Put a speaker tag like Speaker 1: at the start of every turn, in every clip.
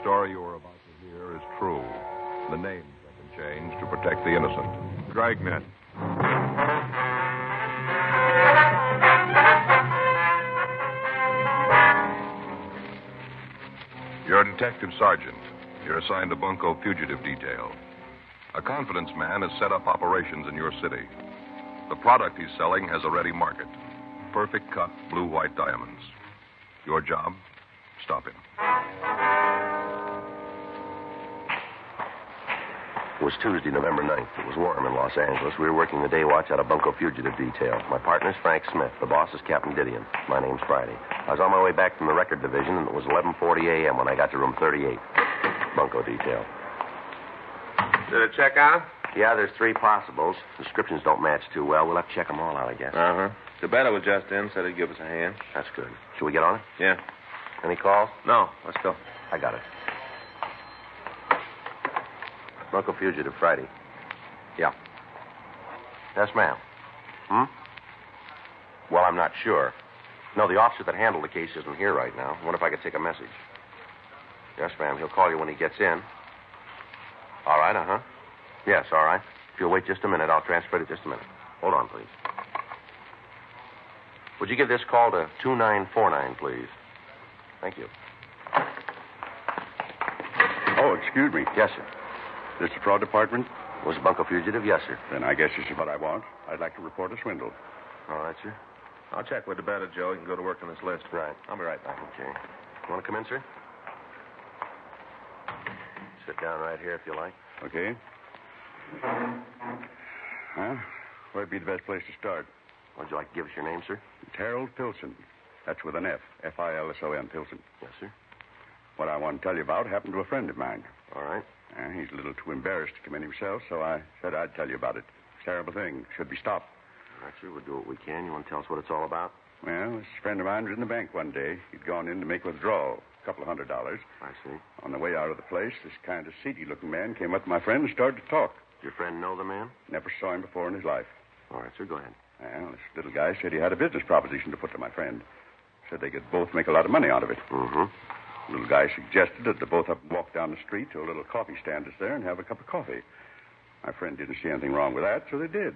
Speaker 1: story you are about to hear is true. The names have been changed to protect the innocent. Dragnet. You're a detective sergeant. You're assigned to Bunko Fugitive Detail. A confidence man has set up operations in your city. The product he's selling has a ready market perfect cut blue white diamonds. Your job? Stop him.
Speaker 2: It was Tuesday, November 9th. It was warm in Los Angeles. We were working the day watch out of Bunko Fugitive Detail. My partner's Frank Smith. The boss is Captain Didion. My name's Friday. I was on my way back from the record division, and it was 11.40 a.m. when I got to room 38. Bunko Detail.
Speaker 3: Did it check out?
Speaker 2: Yeah, there's three possibles. Descriptions don't match too well. We'll have to check them all out, I guess.
Speaker 3: Uh huh. DeBetta was just in, said he'd give us a hand.
Speaker 2: That's good. Shall we get on it?
Speaker 3: Yeah.
Speaker 2: Any calls?
Speaker 3: No, let's go.
Speaker 2: I got it. Bunko Fugitive, Friday. Yeah. Yes, ma'am. Hmm? Well, I'm not sure. No, the officer that handled the case isn't here right now. What if I could take a message? Yes, ma'am. He'll call you when he gets in. All right, uh huh. Yes, all right. If you'll wait just a minute, I'll transfer it just a minute. Hold on, please. Would you give this call to 2949, please? Thank you.
Speaker 4: Oh, excuse me.
Speaker 2: Yes, sir.
Speaker 4: This the fraud department?
Speaker 2: Was Bunko fugitive? Yes, sir.
Speaker 4: Then I guess this is what I want. I'd like to report a swindle.
Speaker 2: All right, sir.
Speaker 3: I'll check with DeBetta, Joe. You can go to work on this list.
Speaker 2: Right.
Speaker 3: I'll be right back.
Speaker 2: Okay. You want to come in, sir? Sit down right here if you like.
Speaker 4: Okay. Huh? Where'd be the best place to start?
Speaker 2: Would you like to give us your name, sir?
Speaker 4: It's Harold Pilson. That's with an F. F I L S O N, Pilson.
Speaker 2: Yes, sir.
Speaker 4: What I want to tell you about happened to a friend of mine.
Speaker 2: All right.
Speaker 4: Uh, he's a little too embarrassed to come in himself, so I said I'd tell you about it. It's a terrible thing. Should be stopped.
Speaker 2: All right, sir. We'll do what we can. You want to tell us what it's all about?
Speaker 4: Well, this friend of mine was in the bank one day. He'd gone in to make a withdrawal, a couple of hundred dollars.
Speaker 2: I see.
Speaker 4: On the way out of the place, this kind of seedy looking man came up to my friend and started to talk.
Speaker 2: Your friend know the man?
Speaker 4: Never saw him before in his life.
Speaker 2: All right, sir. Go ahead.
Speaker 4: Well, this little guy said he had a business proposition to put to my friend. Said they could both make a lot of money out of it.
Speaker 2: Mm-hmm.
Speaker 4: The little guy suggested that they both up and walk down the street to a little coffee stand that's there and have a cup of coffee. My friend didn't see anything wrong with that, so they did.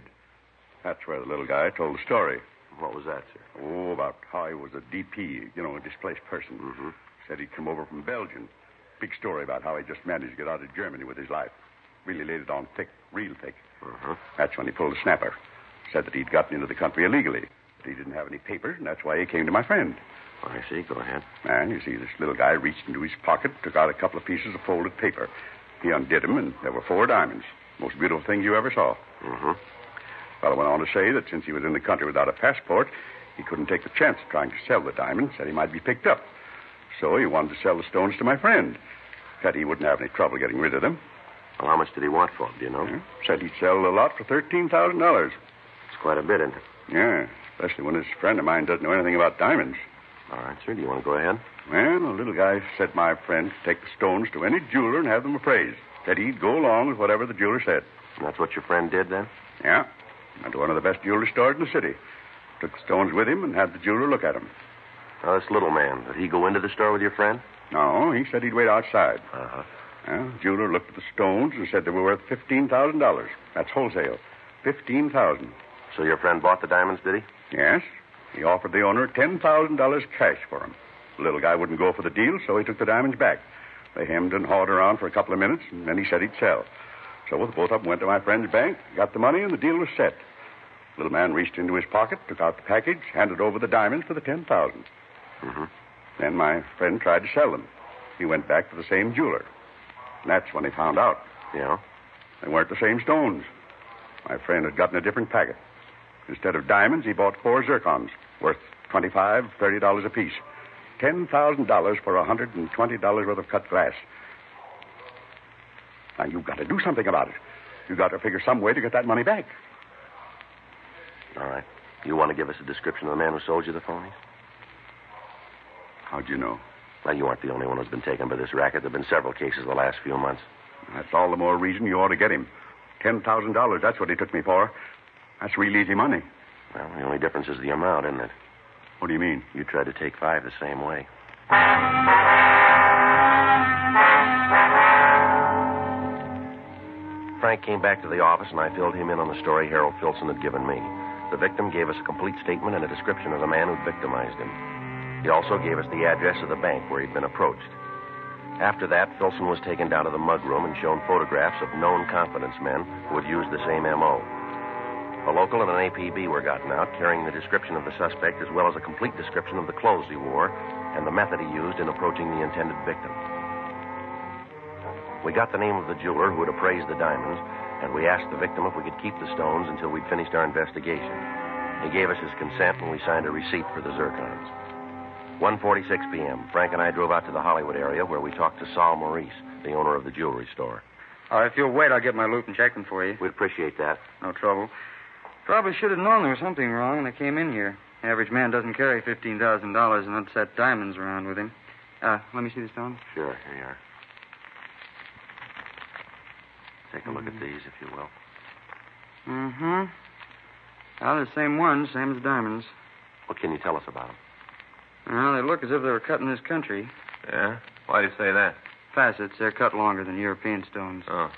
Speaker 4: That's where the little guy told the story.
Speaker 2: What was that, sir?
Speaker 4: Oh, about how he was a DP, you know, a displaced person.
Speaker 2: Mm-hmm.
Speaker 4: Said he'd come over from Belgium. Big story about how he just managed to get out of Germany with his life. Really laid it on thick, real thick.
Speaker 2: Uh-huh.
Speaker 4: That's when he pulled a snapper. Said that he'd gotten into the country illegally. But he didn't have any papers, and that's why he came to my friend.
Speaker 2: I see. Go ahead.
Speaker 4: And you see, this little guy reached into his pocket, took out a couple of pieces of folded paper. He undid them, and there were four diamonds. Most beautiful thing you ever saw.
Speaker 2: Mm-hmm.
Speaker 4: Fellow went on to say that since he was in the country without a passport, he couldn't take the chance of trying to sell the diamonds, said he might be picked up. So he wanted to sell the stones to my friend. Said he wouldn't have any trouble getting rid of them.
Speaker 2: Well, how much did he want for them, do you know?
Speaker 4: Yeah. Said he'd sell the lot for thirteen thousand dollars.
Speaker 2: It's quite a bit, isn't it?
Speaker 4: Yeah, especially when this friend of mine doesn't know anything about diamonds.
Speaker 2: All right, sir. Do you want to go ahead?
Speaker 4: Well, the little guy said my friend could take the stones to any jeweler and have them appraised. Said he'd go along with whatever the jeweler said.
Speaker 2: And that's what your friend did then?
Speaker 4: Yeah. Went to one of the best jewelry stores in the city. Took the stones with him and had the jeweler look at them.
Speaker 2: Now, Oh, this little man, did he go into the store with your friend?
Speaker 4: No, he said he'd wait outside.
Speaker 2: Uh-huh.
Speaker 4: Well, the jeweler looked at the stones and said they were worth fifteen thousand dollars. That's wholesale. Fifteen thousand.
Speaker 2: So your friend bought the diamonds, did he?
Speaker 4: Yes. He offered the owner ten thousand dollars cash for them. The little guy wouldn't go for the deal, so he took the diamonds back. They hemmed and hawed around for a couple of minutes, and then he said he'd sell. So the both of them went to my friend's bank, got the money, and the deal was set. The little man reached into his pocket, took out the package, handed over the diamonds for the ten thousand.
Speaker 2: Mm-hmm.
Speaker 4: Then my friend tried to sell them. He went back to the same jeweler. And that's when he found out.
Speaker 2: Yeah.
Speaker 4: They weren't the same stones. My friend had gotten a different packet. Instead of diamonds, he bought four zircons worth twenty-five, thirty dollars apiece. Ten thousand dollars for a hundred and twenty dollars worth of cut glass. Now you've got to do something about it. You've got to figure some way to get that money back.
Speaker 2: All right. You want to give us a description of the man who sold you the phonies?
Speaker 4: How'd you know?
Speaker 2: Well, you aren't the only one who's been taken by this racket. There have been several cases the last few months.
Speaker 4: That's all the more reason you ought to get him. Ten thousand dollars, that's what he took me for. That's real easy money.
Speaker 2: Well, the only difference is the amount, isn't it?
Speaker 4: What do you mean?
Speaker 2: You tried to take five the same way. Frank came back to the office, and I filled him in on the story Harold Filson had given me. The victim gave us a complete statement and a description of the man who victimized him. He also gave us the address of the bank where he'd been approached. After that, Filson was taken down to the mug room and shown photographs of known confidence men who had used the same M.O. A local and an APB were gotten out, carrying the description of the suspect as well as a complete description of the clothes he wore and the method he used in approaching the intended victim. We got the name of the jeweler who had appraised the diamonds, and we asked the victim if we could keep the stones until we'd finished our investigation. He gave us his consent, and we signed a receipt for the zircons. 1.46 p.m., Frank and I drove out to the Hollywood area where we talked to Saul Maurice, the owner of the jewelry store.
Speaker 5: Uh, if you'll wait, I'll get my loot and check them for you.
Speaker 2: We'd appreciate that.
Speaker 5: No trouble. Probably should have known there was something wrong when I came in here. Average man doesn't carry $15,000 in upset diamonds around with him. Uh, let me see the stones.
Speaker 2: Sure, here you are. Take a look at these, if you will.
Speaker 5: Mm-hmm. Well, they're the same ones, same as the diamonds.
Speaker 2: What can you tell us about them?
Speaker 5: Well, they look as if they were cut in this country.
Speaker 3: Yeah? Why do you say that?
Speaker 5: Facets, they're cut longer than European stones.
Speaker 3: Oh.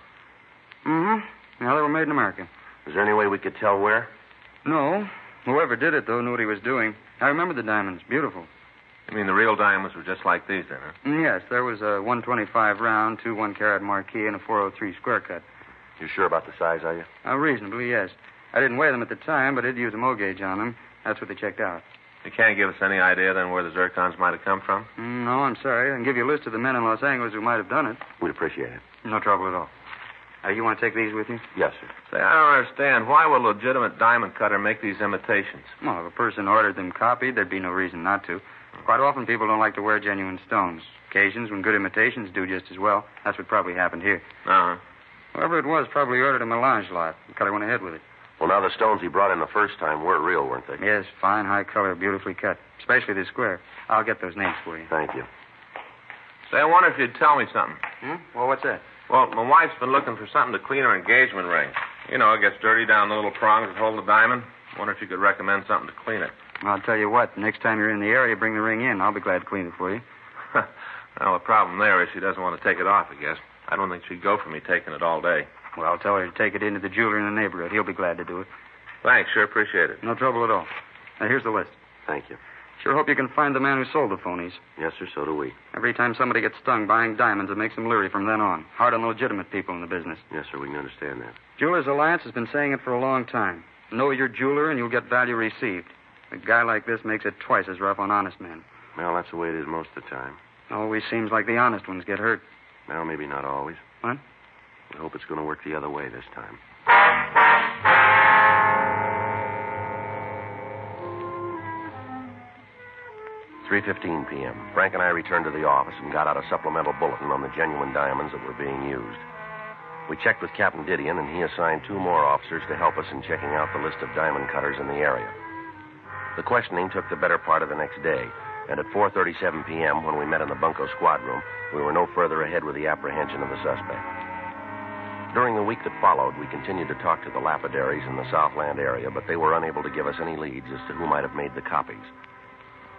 Speaker 5: Mm-hmm. Now they were made in America.
Speaker 2: Is there any way we could tell where?
Speaker 5: No. Whoever did it, though, knew what he was doing. I remember the diamonds. Beautiful.
Speaker 3: I mean, the real diamonds were just like these, then, huh?
Speaker 5: Mm, Yes, there was a 125 round, two one carat marquee, and a 403 square cut.
Speaker 2: You sure about the size, are you?
Speaker 5: Uh, reasonably, yes. I didn't weigh them at the time, but I did use a mo gauge on them. That's what they checked out.
Speaker 3: You can't give us any idea, then, where the zircons might have come from?
Speaker 5: Mm, No, I'm sorry. I can give you a list of the men in Los Angeles who might have done it.
Speaker 2: We'd appreciate it.
Speaker 5: No trouble at all. Uh, you want to take these with you?
Speaker 2: Yes, sir.
Speaker 3: Say, I don't understand. Why would a legitimate diamond cutter make these imitations?
Speaker 5: Well, if a person ordered them copied, there'd be no reason not to. Quite often, people don't like to wear genuine stones. Occasions when good imitations do just as well. That's what probably happened here.
Speaker 3: Uh-huh.
Speaker 5: Whoever it was probably ordered a melange lot. The color went ahead with it.
Speaker 2: Well, now the stones he brought in the first time were real, weren't they?
Speaker 5: Yes, fine, high color, beautifully cut. Especially the square. I'll get those names for you.
Speaker 2: Thank you.
Speaker 3: Say, I wonder if you'd tell me something.
Speaker 5: Hmm? Well, what's that?
Speaker 3: Well, my wife's been looking for something to clean her engagement ring. You know, it gets dirty down the little prongs that hold the diamond. Wonder if you could recommend something to clean it.
Speaker 5: I'll tell you what. Next time you're in the area, bring the ring in. I'll be glad to clean it for you.
Speaker 3: well, the problem there is she doesn't want to take it off, I guess. I don't think she'd go for me taking it all day.
Speaker 5: Well, I'll tell her to take it into the jeweler in the neighborhood. He'll be glad to do it.
Speaker 3: Thanks, sure appreciate it.
Speaker 5: No trouble at all. Now, here's the list.
Speaker 2: Thank you.
Speaker 5: Sure hope you can find the man who sold the phonies.
Speaker 2: Yes, sir, so do we.
Speaker 5: Every time somebody gets stung buying diamonds, it makes them leery from then on. Hard on the legitimate people in the business.
Speaker 2: Yes, sir, we can understand that.
Speaker 5: Jewelers Alliance has been saying it for a long time. Know your jeweler and you'll get value received. A guy like this makes it twice as rough on honest men.
Speaker 2: Well, that's the way it is most of the time.
Speaker 5: Always seems like the honest ones get hurt.
Speaker 2: Well, maybe not always.
Speaker 5: What?
Speaker 2: We hope it's going to work the other way this time. Three fifteen p.m. Frank and I returned to the office and got out a supplemental bulletin on the genuine diamonds that were being used. We checked with Captain Didion, and he assigned two more officers to help us in checking out the list of diamond cutters in the area. The questioning took the better part of the next day, and at 4:37 p.m., when we met in the bunco squad room, we were no further ahead with the apprehension of the suspect. During the week that followed, we continued to talk to the lapidaries in the Southland area, but they were unable to give us any leads as to who might have made the copies.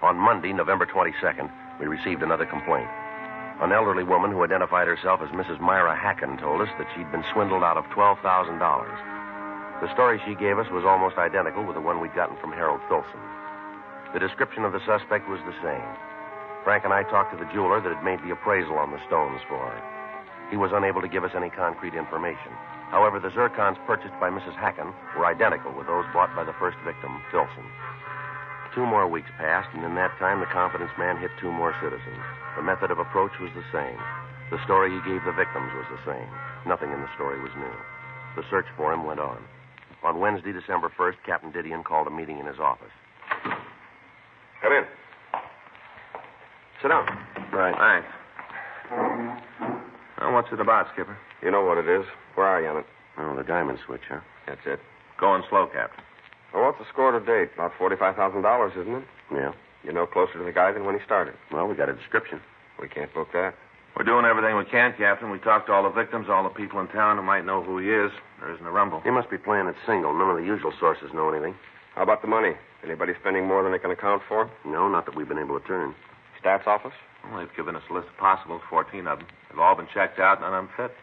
Speaker 2: On Monday, November 22nd, we received another complaint. An elderly woman who identified herself as Mrs. Myra Hacken told us that she'd been swindled out of $12,000. The story she gave us was almost identical with the one we'd gotten from Harold Filson. The description of the suspect was the same. Frank and I talked to the jeweler that had made the appraisal on the stones for her. He was unable to give us any concrete information. However, the zircons purchased by Mrs. Hacken were identical with those bought by the first victim, Filson. Two more weeks passed, and in that time, the confidence man hit two more citizens. The method of approach was the same. The story he gave the victims was the same. Nothing in the story was new. The search for him went on. On Wednesday, December 1st, Captain Didion called a meeting in his office.
Speaker 1: Come in.
Speaker 2: Sit down.
Speaker 3: Right. Thanks. Well, what's it about, Skipper?
Speaker 1: You know what it is. Where are you on it?
Speaker 2: Oh, the diamond switch, huh?
Speaker 3: That's it. Going slow, Captain.
Speaker 1: Well, what's the score to date? About $45,000, isn't it?
Speaker 2: Yeah.
Speaker 1: You're no closer to the guy than when he started.
Speaker 2: Well, we got a description.
Speaker 1: We can't book that.
Speaker 3: We're doing everything we can, Captain. We talked to all the victims, all the people in town who might know who he is. There isn't a rumble.
Speaker 2: He must be playing it single. None of the usual sources know anything.
Speaker 1: How about the money? Anybody spending more than they can account for?
Speaker 2: No, not that we've been able to turn. stats office?
Speaker 3: Well, they've given us a list of possible 14 of them. They've all been checked out, none of them fit.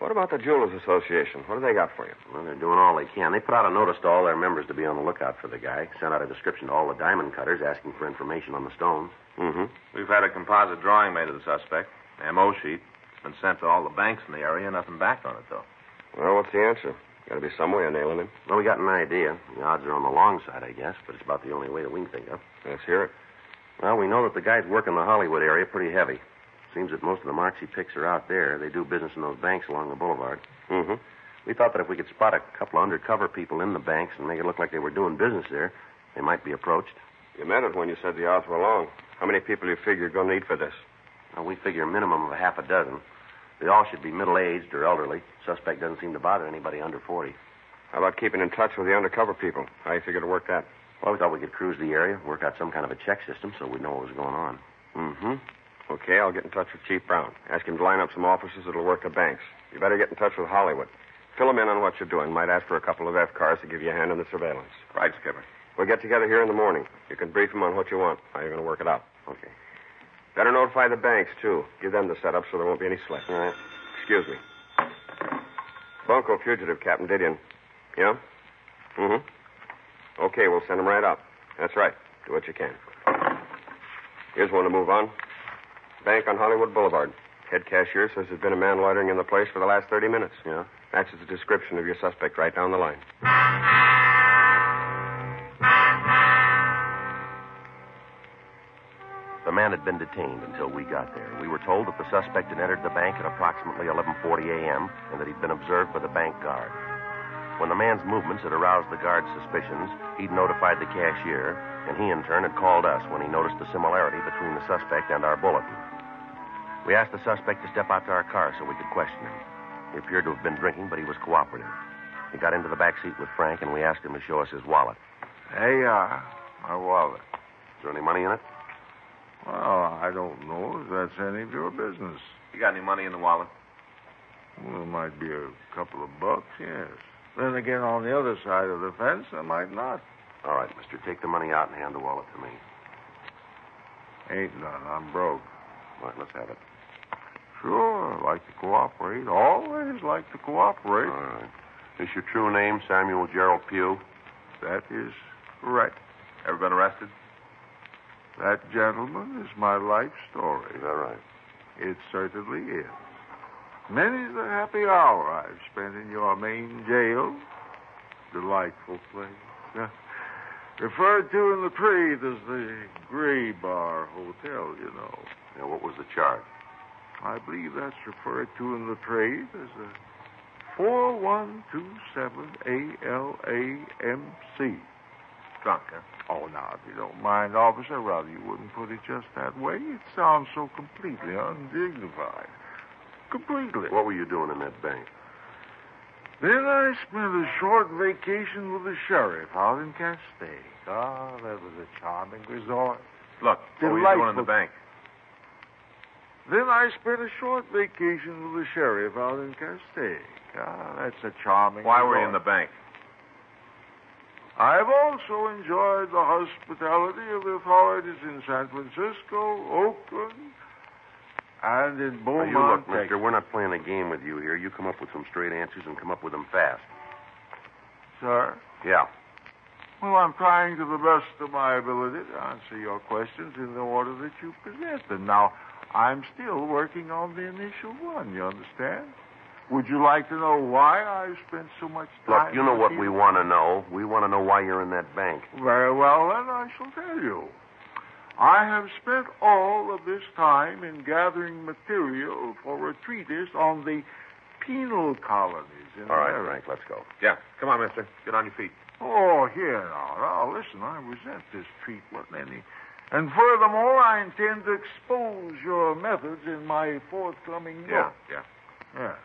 Speaker 2: What about the Jewelers Association? What do they got for you? Well, they're doing all they can. They put out a notice to all their members to be on the lookout for the guy. Sent out a description to all the diamond cutters asking for information on the stones. Mm-hmm.
Speaker 3: We've had a composite drawing made of the suspect, MO sheet. It's been sent to all the banks in the area, nothing back on it, though.
Speaker 2: Well, what's the answer? Got to be some way of nailing him. Well, we got an idea. The odds are on the long side, I guess, but it's about the only way that we can think of. Let's hear it. Well, we know that the guys work in the Hollywood area pretty heavy. Seems that most of the marks he picks are out there. They do business in those banks along the boulevard. Mm-hmm. We thought that if we could spot a couple of undercover people in the banks and make it look like they were doing business there, they might be approached. You meant it when you said the odds were long. How many people do you figure you're going to need for this? Well, we figure a minimum of a half a dozen. They all should be middle-aged or elderly. Suspect doesn't seem to bother anybody under 40. How about keeping in touch with the undercover people? How you figure to work that? Well, we thought we could cruise the area, work out some kind of a check system so we'd know what was going on. Mm-hmm. Okay, I'll get in touch with Chief Brown. Ask him to line up some officers that'll work the banks. You better get in touch with Hollywood. Fill him in on what you're doing. Might ask for a couple of F cars to give you a hand on the surveillance.
Speaker 1: Right, Skipper.
Speaker 2: We'll get together here in the morning. You can brief them on what you want, how you're going to work it out. Okay. Better notify the banks, too. Give them the setup so there won't be any slip. All right. Excuse me. Bunko fugitive, Captain Didion. Yeah? Mm-hmm. Okay, we'll send him right up. That's right. Do what you can. Here's one to move on. Bank on Hollywood Boulevard. Head cashier says there's been a man loitering in the place for the last 30 minutes. Yeah? Matches the description of your suspect right down the line. The man had been detained until we got there. We were told that the suspect had entered the bank at approximately 11:40 a.m. and that he'd been observed by the bank guard. When the man's movements had aroused the guard's suspicions, he'd notified the cashier, and he in turn had called us when he noticed the similarity between the suspect and our bulletin. We asked the suspect to step out to our car so we could question him. He appeared to have been drinking, but he was cooperative. He got into the back seat with Frank, and we asked him to show us his wallet.
Speaker 6: Hey, uh, my wallet.
Speaker 2: Is there any money in it?
Speaker 6: Well, I don't know if that's any of your business.
Speaker 3: You got any money in the wallet?
Speaker 6: Well, it might be a couple of bucks, yes. Then again, on the other side of the fence, I might not.
Speaker 2: All right, mister. Take the money out and hand the wallet to me.
Speaker 6: Ain't none. I'm broke.
Speaker 2: All right, let's have it.
Speaker 6: Sure, like to cooperate. Always like to
Speaker 2: All
Speaker 6: cooperate.
Speaker 2: right. Is your true name Samuel Gerald Pugh?
Speaker 6: That is correct.
Speaker 3: Ever been arrested?
Speaker 6: That gentleman is my life story.
Speaker 2: Is that right?
Speaker 6: It certainly is. Many's the happy hour I've spent in your main jail. Delightful place. Referred to in the creed as the Gray Bar Hotel, you know.
Speaker 2: Now, what was the charge?
Speaker 6: I believe that's referred to in the trade as a 4127 ALAMC.
Speaker 3: Drunk, huh?
Speaker 6: Oh, now, if you don't mind, officer, rather you wouldn't put it just that way. It sounds so completely undignified. Completely.
Speaker 2: What were you doing in that bank?
Speaker 6: Then I spent a short vacation with the sheriff out in Castaic. Ah, that was a charming resort.
Speaker 3: Look, what were you doing in the
Speaker 6: Delightful.
Speaker 3: bank?
Speaker 6: Then I spent a short vacation with the sheriff out in Castaic. Ah, that's a charming
Speaker 3: Why
Speaker 6: resort.
Speaker 3: were you in the bank?
Speaker 6: I've also enjoyed the hospitality of the authorities in San Francisco, Oakland, and in
Speaker 2: Now,
Speaker 6: Beaumont.
Speaker 2: you look,
Speaker 6: Texas.
Speaker 2: mister, we're not playing a game with you here. You come up with some straight answers and come up with them fast.
Speaker 6: Sir?
Speaker 2: Yeah.
Speaker 6: Well, I'm trying to the best of my ability to answer your questions in the order that you present them. Now, I'm still working on the initial one, you understand? Would you like to know why I spent so much time?
Speaker 2: Look, you know
Speaker 6: with
Speaker 2: what we want to know. We want to know why you're in that bank.
Speaker 6: Very well, then, I shall tell you. I have spent all of this time in gathering material for a treatise on the penal colonies in
Speaker 2: All right,
Speaker 6: America.
Speaker 2: Frank, let's go.
Speaker 3: Yeah. Come on, mister. Get on your feet.
Speaker 6: Oh, here now, now, listen, I resent this treatment, Lenny. And furthermore, I intend to expose your methods in my forthcoming book.
Speaker 3: Yeah, yeah.
Speaker 6: Yes.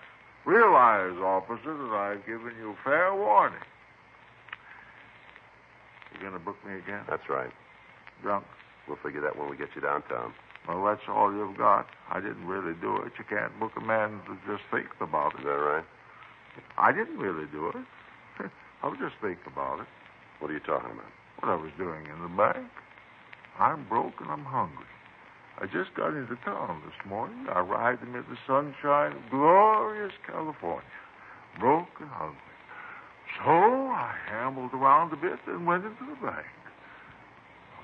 Speaker 6: Realize, officer, that I've given you fair warning. You're going to book me again?
Speaker 2: That's right.
Speaker 6: Drunk?
Speaker 2: We'll figure that when we get you downtown.
Speaker 6: Well, that's all you've got. I didn't really do it. You can't book a man that just thinks about
Speaker 2: Is
Speaker 6: it.
Speaker 2: that right?
Speaker 6: I didn't really do it. I was just thinking about it.
Speaker 2: What are you talking about?
Speaker 6: What I was doing in the bank. I'm broke and I'm hungry. I just got into town this morning. I arrived amid the sunshine of glorious California, broke and hungry. So I ambled around a bit and went into the bank.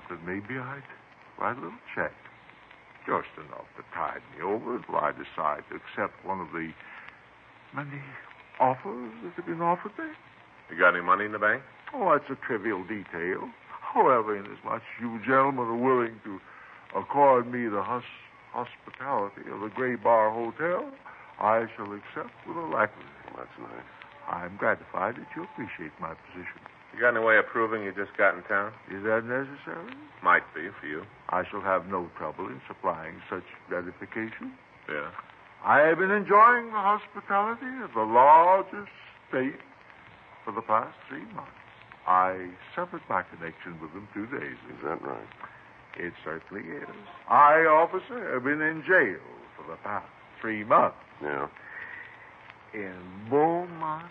Speaker 6: Thought maybe I'd write a little check. Just enough to tide me over till I decide to accept one of the many offers that have been offered me.
Speaker 3: You got any money in the bank?
Speaker 6: Oh, that's a trivial detail. However, inasmuch you gentlemen are willing to accord me the hus- hospitality of the Gray Bar Hotel, I shall accept with alacrity.
Speaker 2: Well, that's nice.
Speaker 6: I'm gratified that you appreciate my position.
Speaker 3: You got any way of proving you just got in town?
Speaker 6: Is that necessary?
Speaker 3: Might be for you.
Speaker 6: I shall have no trouble in supplying such gratification.
Speaker 3: Yeah.
Speaker 6: I have been enjoying the hospitality of the largest state for the past three months. I severed my connection with them two days ago.
Speaker 2: Is that right?
Speaker 6: It certainly is. I, officer, have been in jail for the past three months
Speaker 2: Yeah.
Speaker 6: in Beaumont.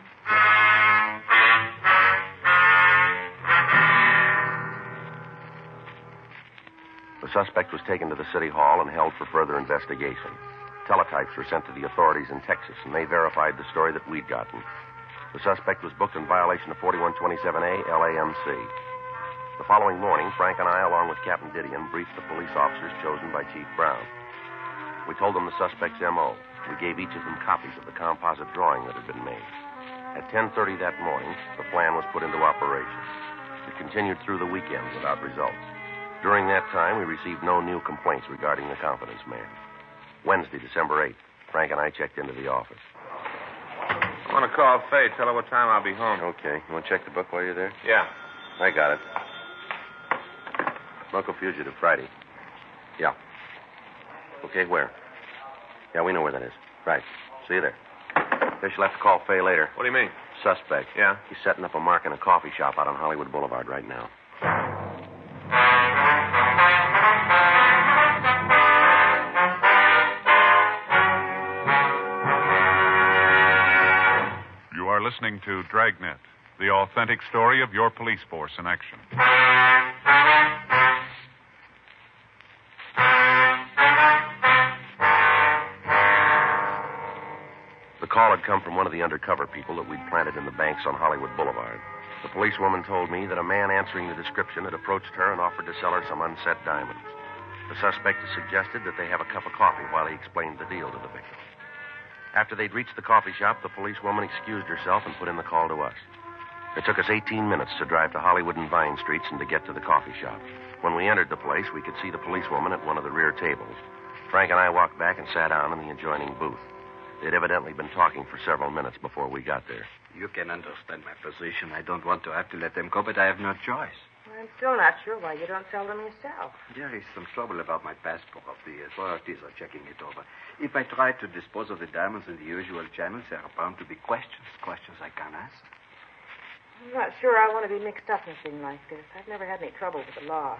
Speaker 2: The suspect was taken to the city hall and held for further investigation. Teletypes were sent to the authorities in Texas, and they verified the story that we'd gotten. The suspect was booked in violation of 4127A LAMC. The following morning, Frank and I, along with Captain Didion, briefed the police officers chosen by Chief Brown. We told them the suspect's M.O. We gave each of them copies of the composite drawing that had been made. At 10.30 that morning, the plan was put into operation. It continued through the weekend without results. During that time, we received no new complaints regarding the confidence man. Wednesday, December 8th, Frank and I checked into the office.
Speaker 3: I want to call Faye. Tell her what time I'll be home.
Speaker 2: Okay. You want to check the book while you're there?
Speaker 3: Yeah.
Speaker 2: I got it. Bunko Fugitive, Friday. Yeah. Okay, where? Yeah, we know where that is. Right. See you there. Guess you'll have to call Fay later.
Speaker 3: What do you mean?
Speaker 2: Suspect.
Speaker 3: Yeah.
Speaker 2: He's setting up a mark in a coffee shop out on Hollywood Boulevard right now.
Speaker 7: You are listening to Dragnet, the authentic story of your police force in action.
Speaker 2: The call had come from one of the undercover people that we'd planted in the banks on Hollywood Boulevard. The policewoman told me that a man answering the description had approached her and offered to sell her some unset diamonds. The suspect had suggested that they have a cup of coffee while he explained the deal to the victim. After they'd reached the coffee shop, the policewoman excused herself and put in the call to us. It took us 18 minutes to drive to Hollywood and Vine Streets and to get to the coffee shop. When we entered the place, we could see the policewoman at one of the rear tables. Frank and I walked back and sat down in the adjoining booth. They'd evidently been talking for several minutes before we got there.
Speaker 5: You can understand my position. I don't want to have to let them go, but I have no choice.
Speaker 8: I'm still not sure why you don't sell them yourself.
Speaker 5: There is some trouble about my passport. The authorities are checking it over. If I try to dispose of the diamonds in the usual channels, there are bound to be questions, questions I can't ask.
Speaker 8: I'm not sure I want to be mixed up in a thing like this. I've never had any trouble with the law.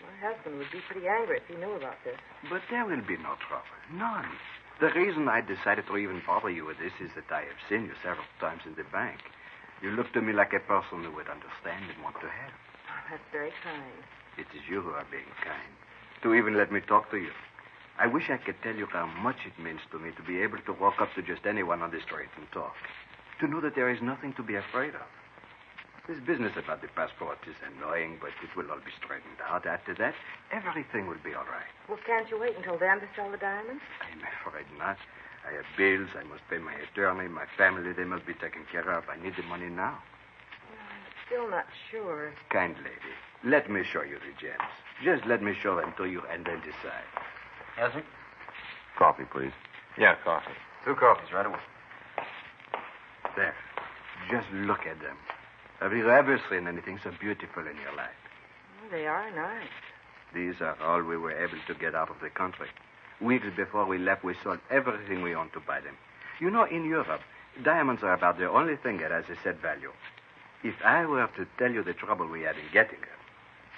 Speaker 8: My husband would be pretty angry if he knew about this.
Speaker 5: But there will be no trouble. None. The reason I decided to even bother you with this is that I have seen you several times in the bank. You look to me like a person who would understand and want to help.
Speaker 8: Oh, That's very kind.
Speaker 5: It is you who are being kind, to even let me talk to you. I wish I could tell you how much it means to me to be able to walk up to just anyone on the street and talk, to know that there is nothing to be afraid of. This business about the passport is annoying, but it will all be straightened out. After that, everything will be all right.
Speaker 8: Well, can't you wait until then to sell the diamonds?
Speaker 5: I'm afraid not. I have bills. I must pay my attorney, my family. They must be taken care of. I need the money now.
Speaker 8: Still not sure.
Speaker 5: Kind lady, let me show you the gems. Just let me show them to you and then decide.
Speaker 2: Ezra? Coffee, please.
Speaker 3: Yeah, coffee.
Speaker 5: Two coffees right away. There. Just look at them. Have you ever seen anything so beautiful in your life?
Speaker 8: Well, they are nice.
Speaker 5: These are all we were able to get out of the country. Weeks before we left, we sold everything we owned to buy them. You know, in Europe, diamonds are about the only thing that has a set value. If I were to tell you the trouble we had in getting them,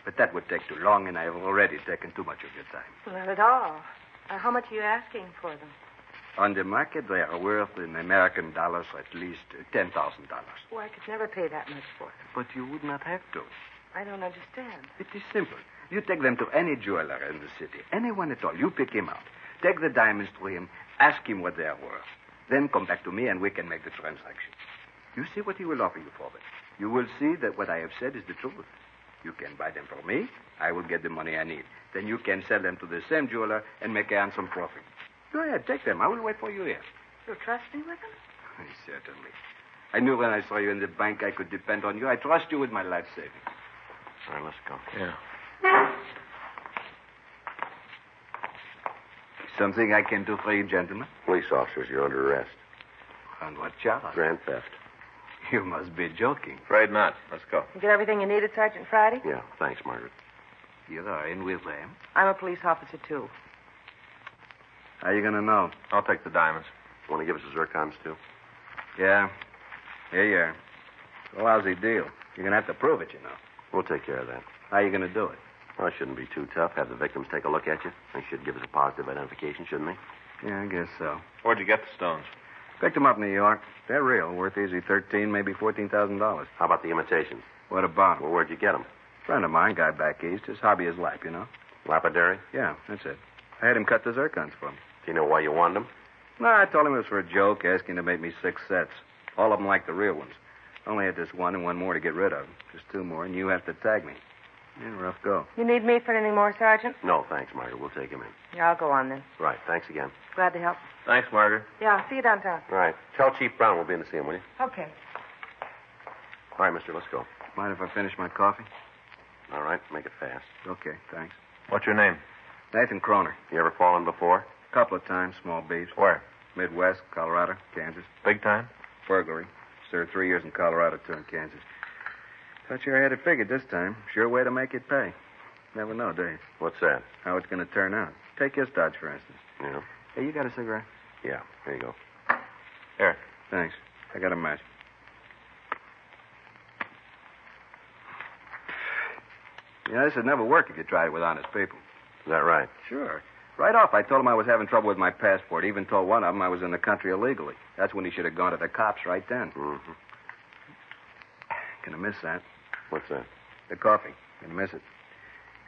Speaker 5: but that would take too long, and I have already taken too much of your time.
Speaker 8: Not at all. Uh, how much are you asking for them?
Speaker 5: On the market, they are worth in American dollars at least $10,000.
Speaker 8: Oh, I could never pay that much for them.
Speaker 5: But you would not have to.
Speaker 8: I don't understand.
Speaker 5: It is simple. You take them to any jeweler in the city, anyone at all. You pick him out. Take the diamonds to him, ask him what they are worth. Then come back to me and we can make the transaction. You see what he will offer you for them. You will see that what I have said is the truth. You can buy them from me, I will get the money I need. Then you can sell them to the same jeweler and make a handsome profit. Go ahead, take them. I will wait for you here.
Speaker 8: You'll trust me with them?
Speaker 5: Certainly. I knew when I saw you in the bank I could depend on you. I trust you with my life savings.
Speaker 2: All right, let's go.
Speaker 3: Yeah.
Speaker 5: Something I can do for you, gentlemen?
Speaker 2: Police officers, you're under arrest.
Speaker 5: On what charge?
Speaker 2: Grand theft.
Speaker 5: You must be joking.
Speaker 3: Afraid not. Let's go.
Speaker 8: You get everything you needed, Sergeant Friday?
Speaker 2: Yeah, thanks, Margaret.
Speaker 5: Here are in with them.
Speaker 8: I'm a police officer, too.
Speaker 5: How you going to know?
Speaker 3: I'll take the diamonds.
Speaker 2: Want to give us the zircons, too?
Speaker 5: Yeah. Here you are. It's a lousy deal. You're going to have to prove it, you know.
Speaker 2: We'll take care of that.
Speaker 5: How you going to do it?
Speaker 2: Well, it shouldn't be too tough. Have the victims take a look at you. They should give us a positive identification, shouldn't they?
Speaker 5: Yeah, I guess so.
Speaker 3: Where'd you get the stones?
Speaker 5: Picked them up in New York. They're real, worth easy thirteen, maybe fourteen thousand dollars.
Speaker 2: How about the imitations?
Speaker 5: What about 'em?
Speaker 2: Well, where'd you get them?
Speaker 5: Friend of mine, guy back east. His hobby is life, you know.
Speaker 2: Lapidary?
Speaker 5: Yeah, that's it. I had him cut the zircons for me.
Speaker 2: Do you know why you wanted them?
Speaker 5: No, I told him it was for a joke, asking to make me six sets. All of them like the real ones. Only had this one and one more to get rid of. Just two more, and you have to tag me. Yeah, rough go.
Speaker 8: You need me for anything more, Sergeant?
Speaker 2: No, thanks, Margaret. We'll take them in.
Speaker 8: Yeah, I'll go on then.
Speaker 2: Right, thanks again.
Speaker 8: Glad to help.
Speaker 3: Thanks, Margaret.
Speaker 8: Yeah, see you downtown.
Speaker 2: All right. Tell Chief Brown we'll be in to see him, will you?
Speaker 8: Okay.
Speaker 2: All right, mister, let's go.
Speaker 5: Mind if I finish my coffee?
Speaker 2: All right, make it fast.
Speaker 5: Okay, thanks.
Speaker 3: What's your name?
Speaker 5: Nathan Croner.
Speaker 2: You ever fallen before?
Speaker 5: Couple of times, small beefs.
Speaker 3: Where?
Speaker 5: Midwest, Colorado, Kansas.
Speaker 3: Big time?
Speaker 5: Burglary. Served three years in Colorado, two in Kansas. Thought you had it figured this time. Sure way to make it pay. Never know, do you?
Speaker 2: What's that?
Speaker 5: How it's going to turn out. Take his dodge, for instance.
Speaker 2: Yeah.
Speaker 5: Hey, you got a cigarette?
Speaker 2: Yeah, here you go.
Speaker 5: Thanks. I got a match. You know, this would never work if you tried it with honest people.
Speaker 2: Is that right?
Speaker 5: Sure. Right off, I told him I was having trouble with my passport. Even told one of them I was in the country illegally. That's when he should have gone to the cops right then.
Speaker 2: Mm-hmm.
Speaker 5: Gonna miss that.
Speaker 2: What's that?
Speaker 5: The coffee. Gonna miss it.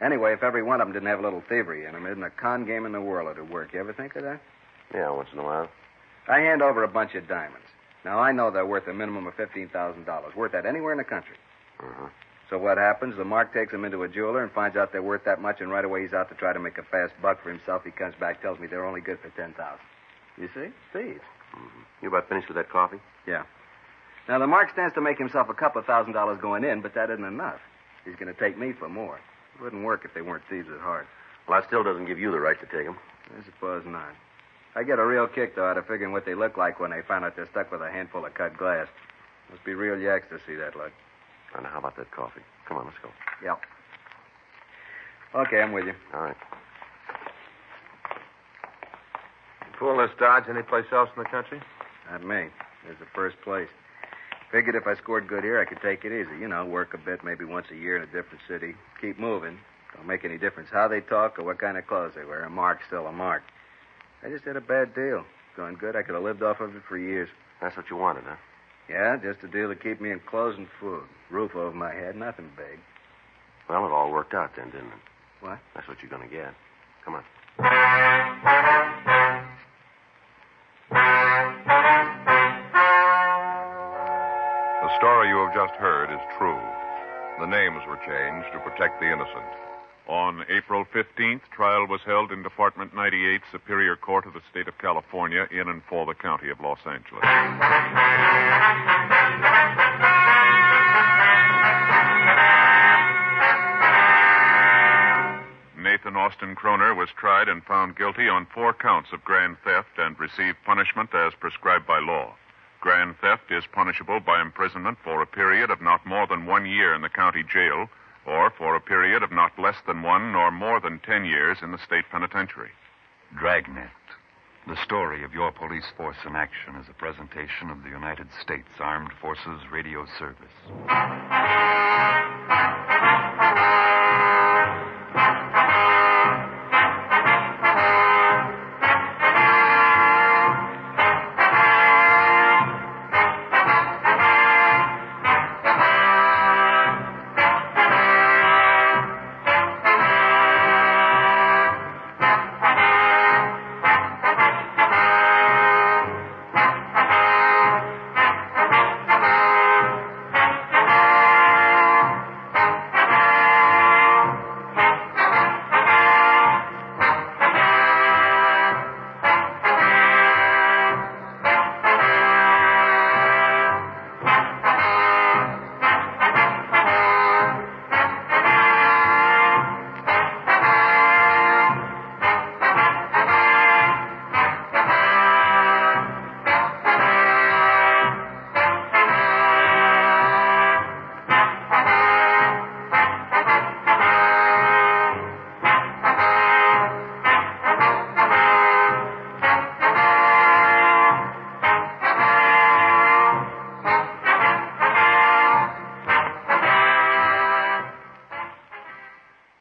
Speaker 5: Anyway, if every one of them didn't have a little thievery in them, isn't a con game in the world it'd work. You ever think of that?
Speaker 2: Yeah, once in a while.
Speaker 5: I hand over a bunch of diamonds. Now, I know they're worth a minimum of $15,000. Worth that anywhere in the country.
Speaker 2: Uh-huh.
Speaker 5: So what happens? The mark takes him into a jeweler and finds out they're worth that much, and right away he's out to try to make a fast buck for himself. He comes back, tells me they're only good for ten thousand. You see, thieves.
Speaker 2: Mm-hmm. You about finished with that coffee?
Speaker 5: Now the mark stands to make himself a couple of thousand dollars going in, but that isn't enough. He's going to take me for more. It wouldn't work if they weren't thieves at heart.
Speaker 2: Well, that still doesn't give you the right to take them.
Speaker 5: I suppose not. I get a real kick though out of figuring what they look like when they find out they're stuck with a handful of cut glass. Must be real yaks to see that look.
Speaker 2: Now, now, how about that coffee? Come on, let's go.
Speaker 5: Okay, I'm with you.
Speaker 2: All right.
Speaker 3: Pull this Dodge anyplace else in the country?
Speaker 5: Not me. There's the first place. Figured if I scored good here, I could take it easy. You know, work a bit, maybe once a year in a different city. Keep moving. Don't make any difference how they talk or what kind of clothes they wear. A mark's still a mark. I just had a bad deal. Going good, I could have lived off of it for years.
Speaker 2: That's what you wanted, huh?
Speaker 5: Yeah, just a deal to keep me in clothes and food. Roof over my head, nothing big.
Speaker 2: Well, it all worked out then, didn't it?
Speaker 5: What?
Speaker 2: That's what you're going to get. Come on.
Speaker 1: The story you have just heard is true. The names were changed to protect the innocent.
Speaker 7: On April 15th, trial was held in Department 98, Superior Court of the State of California, in and for the County of Los Angeles. Nathan Austin Croner was tried and found guilty on four counts of grand theft and received punishment as prescribed by law. Grand theft is punishable by imprisonment for a period of not more than one year in the county jail or for a period of not less than one nor more than ten years in the state penitentiary.
Speaker 9: Dragnet. The story of your police force in action is a presentation of the United States Armed Forces Radio Service.